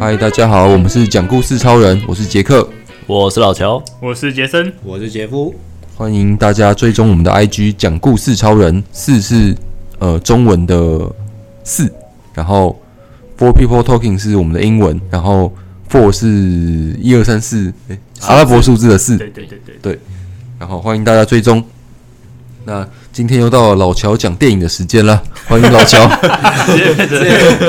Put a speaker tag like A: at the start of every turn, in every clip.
A: 嗨，大家好，我们是讲故事超人，我是杰克，
B: 我是老乔，
C: 我是杰森，
D: 我是杰夫，
A: 欢迎大家追踪我们的 IG 讲故事超人，四是呃中文的四，然后 Four People Talking 是我们的英文，然后 Four 是一二三四，诶阿拉伯数字的四，
C: 对对对对，
A: 然后欢迎大家追踪。那今天又到了老乔讲电影的时间了，欢迎老 乔，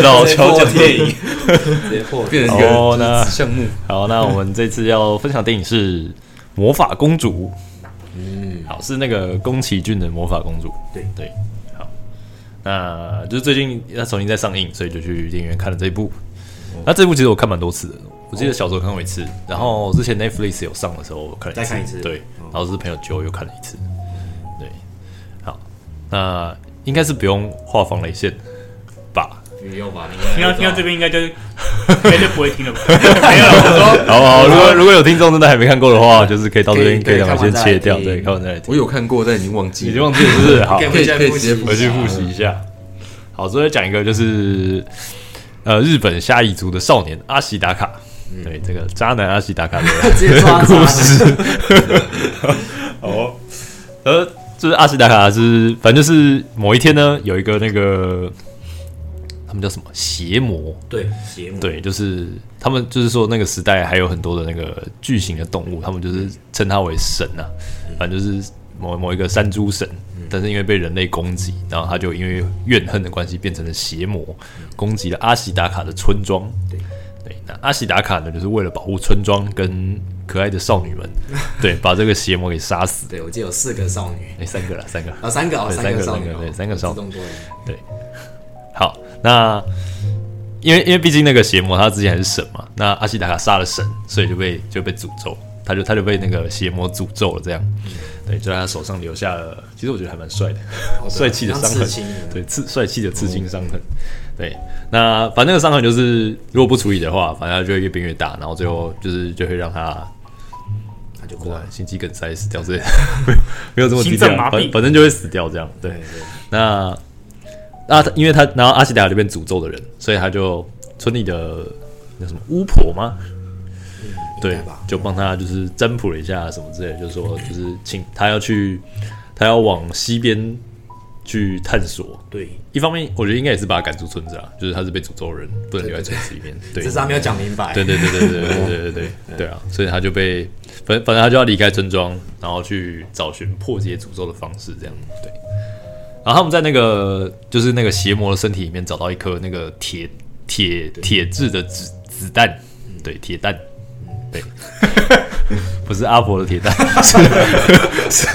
B: 老乔讲电影。
D: 直接破
A: 变
B: 成一个哦那
A: 项目。
B: 好，那我们这次要分享的电影是《魔法公主》。嗯，好，是那个宫崎骏的《魔法公主》
D: 对
B: 对，好，那就是最近它重新在上映，所以就去电影院看了这一部。那这部其实我看蛮多次的，我记得小时候看过一次，然后之前 Netflix 有上的时候我看了一次，
D: 再看一次
B: 对，然后是朋友揪又看了一次，对，好，那应该是不用画防雷线吧？
D: 不用吧？
C: 听到听到这边应该就应该就不会听了吧？没有了，我说
B: 好不好？如果如果有听众真的还没看过的话，就是可以到这边可
D: 可以
B: 以把
D: 看完
B: 先
D: 再来
B: 切掉，
D: 听
B: 对，看完再来听。
A: 我有看过，但已经忘记
B: 已
A: 了
B: 经。忘记了是不 是？好，
D: 可以再
A: 可以
D: 复
A: 直接
D: 习
A: 复
B: 回去复习一下。好，最后讲一个就是，呃，日本虾夷族的少年阿喜达卡，对这个渣男阿喜达卡的
D: 嗯 直接抓
B: 故事。 好哦，呃，就是阿喜达卡是，反正就是某一天呢，有一个那个他们叫什么邪魔，
D: 对，邪魔，
B: 对，就是他们就是说那个时代还有很多的那个巨型的动物，他们就是称它为神啊，反正就是某某一个山猪神，但是因为被人类攻击，然后他就因为怨恨的关系变成了邪魔，攻击了阿喜达卡的村庄。
D: 对
B: 对，那阿喜达卡呢，就是为了保护村庄跟可爱的少女们，对，把这个邪魔给杀死。
D: 对，我记得有四个少女，
B: 哎，三个了，三个。
D: 啊，三个哦，
B: 对
D: 三
B: 三个
D: 少女
B: 三
D: 哦，
B: 个对三个少女
D: 自动多人，
B: 对，好，那因为因为毕竟那个邪魔他之前还是神嘛，那阿西达卡杀了神，所以就被就被诅咒，他就他就被那个邪魔诅咒了，这样，
C: 嗯
B: 对，就在他手上留下了，其实我觉得还蛮帅的，
C: 哦
D: 哦
C: 啊
B: 帅气的伤
D: 像
B: 痕
D: 啊刺青的，
B: 对，刺帅气的刺青伤痕，对，那反正那个伤痕就是如果不处理的话，反正它就会越变越大，然后最后就是就会让他
D: 他就
B: 不
D: 过
B: 管
D: 来。
B: 心肌梗塞死掉之类的， 没有这么低
C: 心
B: 调
C: 脏麻，痹
B: 反反正就会死掉这样，对
D: 对。对，
B: 那那他因为他然后阿西达就变诅咒的人，所以他就村里的那什么巫婆吗？对
D: 嗯应该吧，
B: 就帮他就是占卜了一下什么之类的，就说就是请他要去，他要往西边去探索。
D: 对，
B: 一方面，我觉得应该也是把他赶出村子啊，就是他是被诅咒的人，不能留在村子里面。对，
D: 只是他没有讲明白。
B: 对对对对对对对对对对啊！所以他就被反反正他就要离开村庄，然后去找寻破解诅咒的方式，这样对。然后他们在那个就是那个邪魔的身体里面找到一颗那个铁铁铁质的子子弹，对铁弹，对，不是阿婆的铁弹，是是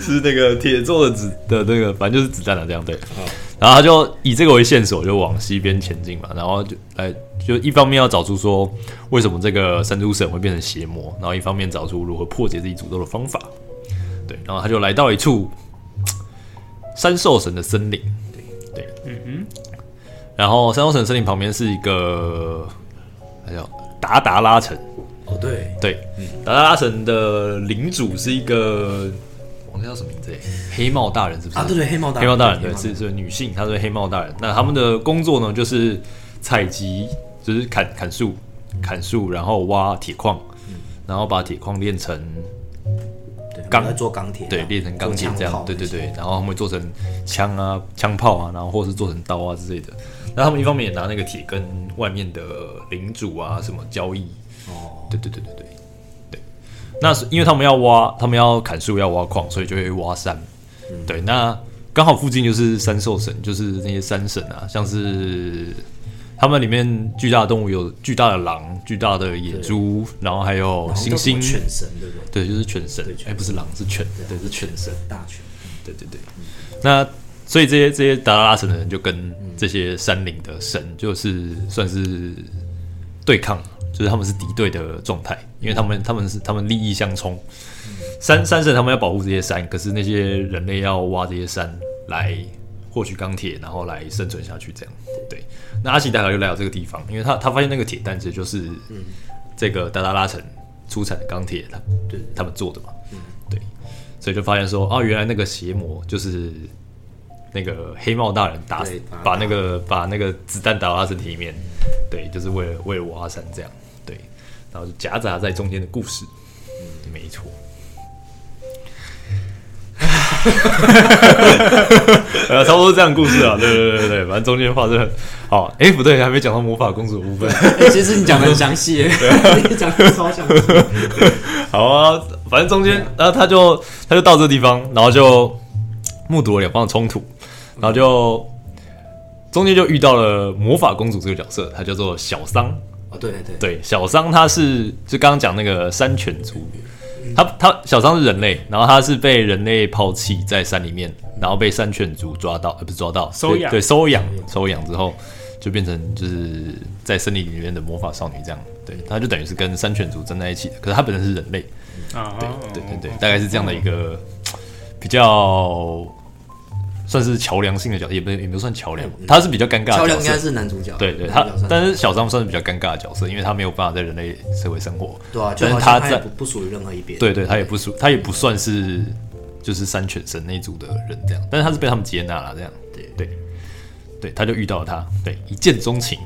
B: 是那个铁做的子的那个，反正就是子弹啊，这样对。然后他就以这个为线索，就往西边前进嘛。然后就来，就一方面要找出说为什么这个呃山猪神会变成邪魔，然后一方面找出如何破解自己诅咒的方法。对，然后他就来到一处嘖山兽神的森林。对对，嗯哼。然后山兽神森林旁边是一个，还有达达拉城。
D: 哦对，
B: 对，达达拉城的领主是一个，我忘记叫什么名字耶，黑帽大人是不是？
D: 啊对对，黑猫大
B: 黑猫大人
D: 对
B: 对，是是女性，她是黑猫大人。那他们的工作呢，就是采集，就是砍砍树、砍树，然后挖铁矿，
D: 嗯
B: 然后把铁矿炼成
D: 对
B: 钢
D: 我们在做钢铁啊，
B: 对，炼成钢铁
D: 做
B: 这
D: 枪炮
B: 样，对对对，然后他们会做成枪啊、枪炮啊，然后或是做成刀啊之类的。那他们一方面也拿那个铁跟外面的领主啊什么交易，
D: 哦，
B: 对对对对对对。那是因为他们要挖，他们要砍树，要挖矿，所以就会挖山。对，那刚好附近就是山兽神，就是那些山神啊，像是他们里面巨大的动物有巨大的狼、巨大的野猪，然后还有
D: 好像
B: 猩
D: 叫什么
B: 猩，
D: 犬神对不对？
B: 对，就是犬神
D: 对，犬
B: 哎，不是狼，是犬，对，是犬神。
D: 大犬，
B: 对对对，那所以这些这些达拉拉神的人就跟这些山林的神就是算是对抗，就是他们是敌对的状态，因为他们他们是他们利益相冲。山山神他们要保护这些山，可是那些人类要挖这些山来获取钢铁，然后来生存下去，这样对。那阿奇达卡就来到这个地方，因为他他发现那个铁蛋其实就是这个达达拉城出产的钢铁，他
D: 对
B: 他嗯们做的嘛，对，所以就发现说啊，原来那个邪魔就是那个黑帽大人打死
D: 对，把
B: 把
D: 他
B: 那个把那个子弹打到他身体里面，对，就是为了为了我阿三这样，对，然后就夹杂在中间的故事，嗯，没错。 呃，差不多是这样的故事啊，对对对对对，反正中间发生了，好，哎、不对，还没讲到魔法公主的部分，
D: 哎，其实你讲的很详 细，
B: 啊
D: 你讲的超详细。
B: 好啊，反正中间，然后他就他就到这地方，然后就目睹了两方的冲突，然后就中间就遇到了魔法公主这个角色，她叫做小桑。
D: 哦，对对对，
B: 对，小桑她是就刚刚讲那个山犬族，她她小桑是人类，然后她是被人类抛弃在山里面，然后被山犬族抓到，呃，不是抓到，
C: 收养
B: 对对收养收养之后就变成就是在森林里面的魔法少女这样，对，她就等于是跟山犬族站在一起的，可是她本身是人类，
C: 啊，
B: 对对
D: 哦
B: 对，大概是这样的一个比较算是桥梁性的角色，也不是也不算桥梁，他是比较尴尬
D: 乔
B: 的
D: 嗯梁
B: 角
D: 应该
B: 色。
D: 是男主角，
B: 对对，
D: 男
B: 他
D: 主角算
B: 但是小张算是比较尴尬的角色，因为他没有办法在人类社会生活。
D: 对啊，就
B: 但
D: 好
B: 是
D: 像他也
B: 在
D: 不不属于任何一边，
B: 对对，他也不属，他也不算是就是三犬神那一组的人这样，但是他是被他们接纳了这样。对对对，他就遇到了他，对一见钟情，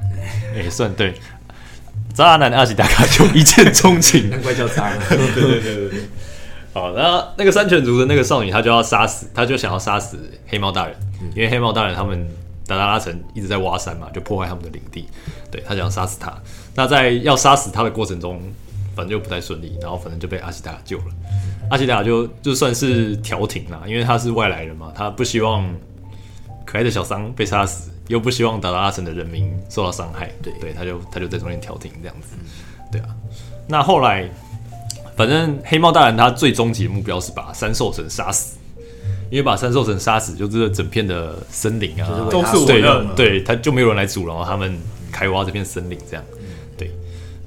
B: 也、算对。渣男阿喜达卡就一见钟情，
D: 难怪叫渣男。
B: 对对对对。好，那那个三犬族的那个少女，她就要杀死，她就想要杀死黑猫大人，因为黑猫大人他们达达拉城一直在挖山嘛，就破坏他们的领地，对她想要杀死他。那在要杀死他的过程中，反正就不太顺利，然后反正就被阿西达拉救了。阿西达拉就就算是调停啦，因为他是外来人嘛，他不希望可爱的小桑被杀死，又不希望达达拉城的人民受到伤害，
D: 对
B: 对，他就他就在中间调停这样子，对啊。那后来反正黑猫大人他最终极的目标是把三兽神杀死，因为把三兽神杀死，就是整片的森林啊，
D: 就是为
C: 都
D: 他
C: 是我
B: 对
C: 的
B: 对，他就没有人来阻挠他们开挖这片森林这样。对，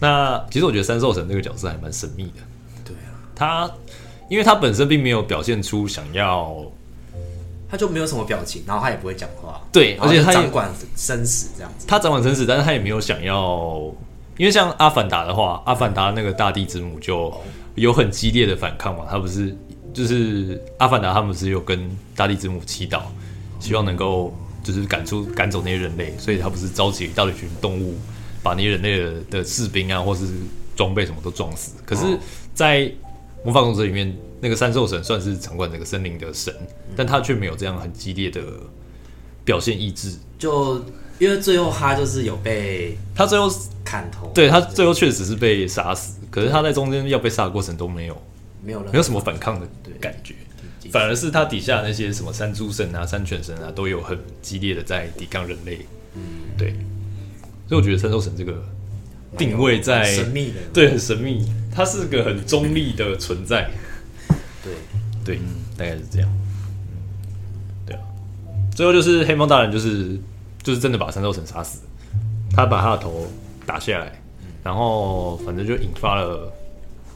B: 那其实我觉得三兽神这个角色还蛮神秘的，
D: 对啊，
B: 他因为他本身并没有表现出想要
D: 他就没有什么表情，然后他也不会讲话，
B: 对
D: 然后
B: 而且
D: 就
B: 他也
D: 掌管生死这样子。
B: 他掌管生死，但是他也没有想要，因为像阿凡达的话，阿凡达那个大地之母就有很激烈的反抗嘛，他不是就是阿凡达他们是有跟大地之母祈祷，希望能够就是赶出赶走那些人类，所以他不是召集一大群动物，把那些人类的的士兵啊或是装备什么都撞死。可是，在魔法公司里面，那个三兽神算是掌管整个森林的神，但他却没有这样很激烈的表现意志。
D: 就因为最后他就是有被
B: 他最后
D: 砍头，
B: 对他最后确实是被杀死，可是他在中间要被杀的过程都没有
D: 没有人
B: 没有什么反抗的感觉，反而是他底下那些什么山猪神啊、山犬神啊，都有很激烈的在抵抗人类。嗯，对，所以我觉得三兽神这个定位在
D: 神秘的，
B: 对，很神秘，它是个很中立的存在。
D: 对，
B: 对，
D: 嗯
B: 大概是这样。对啊，最后就是黑猫大人就是就是真的把三兽神杀死，他把他的头打下来，
D: 嗯
B: 然后反正就引发了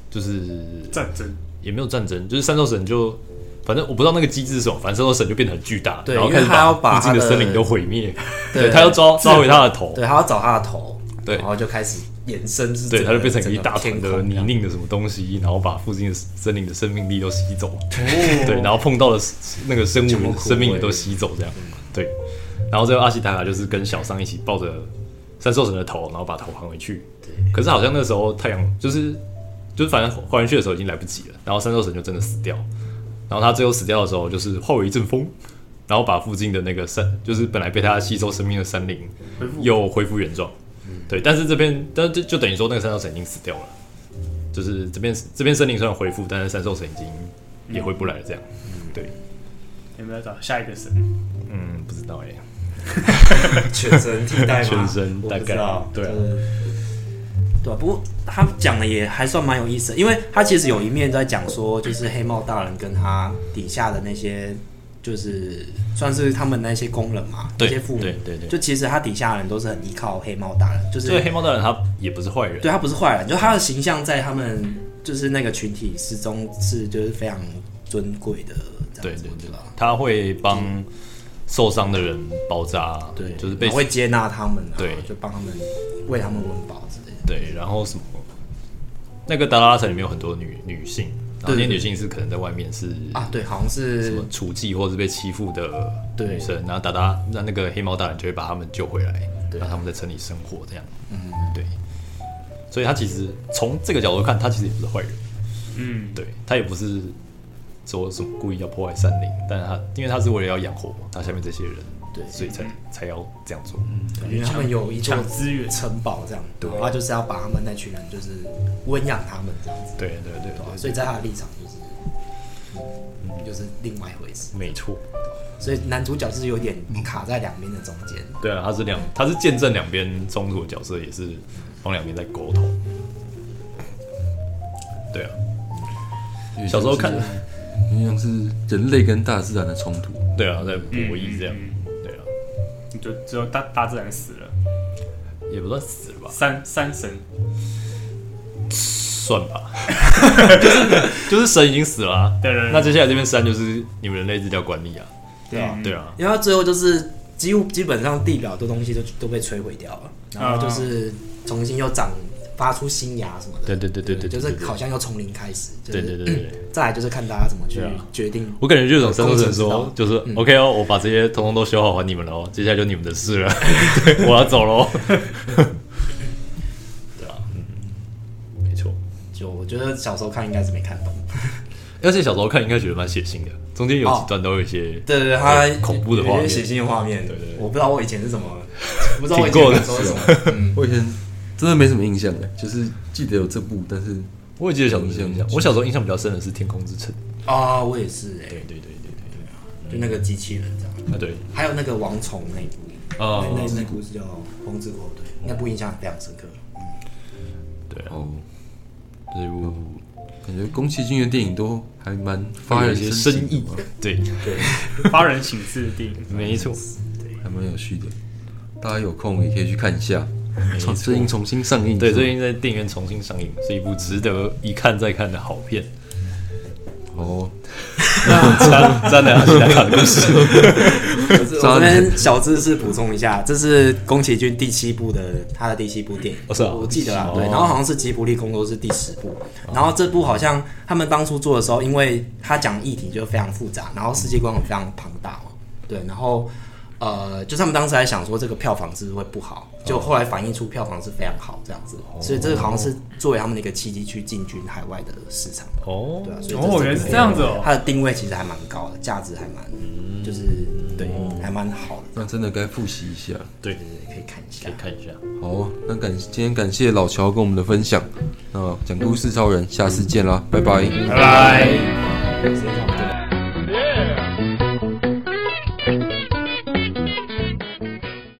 B: 就是
C: 战争
B: 也没有战争，就是三兽神就。反正我不知道那个机制是什么，反正三兽神就变得很巨大，
D: 对
B: 然后
D: 因为
B: 开始
D: 他要把
B: 附近的
D: 他的
B: 森林都毁灭，
D: 对
B: 对，他要抓抓回他的头，
D: 对，他要找他的头，
B: 对
D: 然后就开始延伸是整
B: 对，
D: 个，
B: 它就变成一大
D: 整
B: 团
D: 个
B: 的
D: 天空
B: 泥泞的什么东西，然后把附近的森林的生命力都吸
D: 哦
B: 走， 对，然后碰到的那个生物
D: 全部
B: 的
D: 枯
B: 生命
D: 萎
B: 力都吸走，这样，对，然后最后阿西达卡就是跟小桑一起抱着三兽神的头，然后把头还回去，可是好像那时候太阳就是就是反正还回去的时候已经来不及了，然后三兽神就真的死掉，然后他最后死掉的时候就是化为一阵风。然后把附近的那个山，就是本来被他吸收生命的山林，
C: 恢复
B: 又恢复原状。对，但是这边，但就就等于说那个三兽神已经死掉了，就是这边这边森林虽然恢复，但是三兽神已经也回不来了，这样。对，
C: 有没有找下一个神？
B: 嗯，不知道哎、
D: 全身替代吗？
B: 全身
D: 我
B: 大
D: 不知
B: 概
D: 道，
B: 对啊
D: 就是对啊，不过他讲的也还算蛮有意思的，因为他其实有一面在讲说，就是黑帽大人跟他底下的那些，就是算是他们那些工人嘛，那
B: 对
D: 些父母，
B: 对对对
D: 就其实他底下的人都是很依靠黑帽大人，就是
B: 所以黑猫大人他也不是坏人，
D: 对啊他不是坏人，就他的形象在他们就是那个群体之中是就是非常尊贵的，这
B: 对
D: 样子
B: 对
D: 我
B: 对
D: 知道。，
B: 他会帮受伤的人包扎，
D: 对，
B: 就是被
D: 然后会接纳他们，
B: 对
D: 然后就帮他们为他们温饱之类的。
B: 对，然后什么那个达拉城里面有很多女女性，然后那些女性是可能在外面是
D: 啊，对，好像
B: 什
D: 是
B: 么处妓或是被欺负的
D: 对
B: 女生，然后达达那那个黑猫大人就会把他们救回来，
D: 对
B: 让他们在城里生活这样。嗯，对。所以他其实从这个角度看，他其实也不是坏人，
C: 嗯，
B: 对他也不是说什么故意要破坏山林，但是他因为他是为了要养活嘛，他下面这些人，
D: 对嗯
B: 所以才才要这样做。
D: 感觉他们有一座
C: 抢资源
D: 城堡这样，
B: 对
D: 然后他就是要把他们那群人就是温养他们这样子，
B: 对对对
D: 对吧
B: 对，
D: 所以在他的立场就是，嗯就是另外一回事。
B: 没错。
D: 所以男主角是有点卡在两边的中间，
B: 对啊，他是两，他是见证两边冲突的角色，也是帮两边在沟通。对啊，小时候看，
A: 有点像是人类跟大自然的冲突。
B: 对啊，在博弈这样，
C: 嗯
B: 对啊，
C: 你就只有大大自然死了，
B: 也不算死了吧，
C: 三三神
B: 算吧， 就是就是神已经死了、啊，
C: 对对对
B: 那接下来这边山就是你们人类自己要管理啊，
D: 对吧？
C: 嗯
B: 对啊，
D: 因为他最后就是几乎基本上地表的东西都都被摧毁掉了，然后就是重新又长发出新芽什么的，
B: 对对对对对，
D: 就是
B: 对
D: 好像要从零开始，就
B: 对
D: 是
B: 对对对对。
D: 再来就是看大家怎么去
B: 对啊
D: 决定。
B: 我感觉就有种深度神
D: 控
B: 说，就
D: 制
B: 是 OK 哦，我把这些通通都修好还你们了哦，接下来就你们的事 了，对我要走喽。
C: 啊
B: 对啊，嗯，没错。
D: 就我觉得小时候看应该是没看懂，
B: 而且小时候看应该觉得蛮血腥的，中间有
D: 哦
B: 几段都有一些
D: 对对对，他
B: 哦恐怖的画面
D: 有一些血腥的画面，
B: 对对对
D: 我不知道我以前是怎么， 不知道我以前小时候是什么，嗯，
A: 我以前真的没什么印象哎，就是记得有这部，但是
B: 我也记得小时候印象，我小时候印象比较深的是《天空之城》。
D: 啊，我也是哎，
B: 对对对对
D: 就那个机器人这样，
B: 对，啊对，
D: 还有那个王虫那一部，
B: 哦
D: 那那那故事叫《风之国》，对，那部印象非常深刻。
B: 对啊，
A: 哦，
B: 这一部
A: 感觉宫崎骏的电影都还蛮发
B: 有
A: 人
B: 一些
A: 深
B: 深
A: 省
B: 意
A: 的嘛，
B: 对，
C: 发人省思的电影，
B: 没错，
A: 还蛮有趣的。大家有空也可以去看一下，重最近重新上映。
B: 对，
A: 是吗
B: 最近在电影院重新上映，是一部值得一看再看的好片。
A: 哦，
B: 沾沾了其他卡的故事。
D: 我这边小知识补充一下，这是宫崎骏第七部的他的第七部电影，
B: 哦是啊
D: 我记得啦，
B: 哦
D: 对，然后好像是吉卜力工作室第十部，然后这部好像他们当初做的时候，因为他讲议题就非常复杂，然后世界观也非常庞大嘛，对，然后呃，就是他们当时还想说这个票房是不是会不好，
B: 哦
D: 就后来反映出票房是非常好这样子，所以这个好像是作为他们的一个契机去进军海外的市场。
B: 哦
D: 对啊，所以
C: 哦，原来是这样子哦，
D: 它的定位其实还蛮高的，价值还蛮，就是对，还蛮好的。
A: 那真的该复习一下。
B: 对，
D: 可以看一下
B: 可以。看一下。
A: 好，那感今天感谢老乔跟我们的分享。那讲故事超人，下次见啦，拜拜。
C: 拜拜。
D: 时间差不多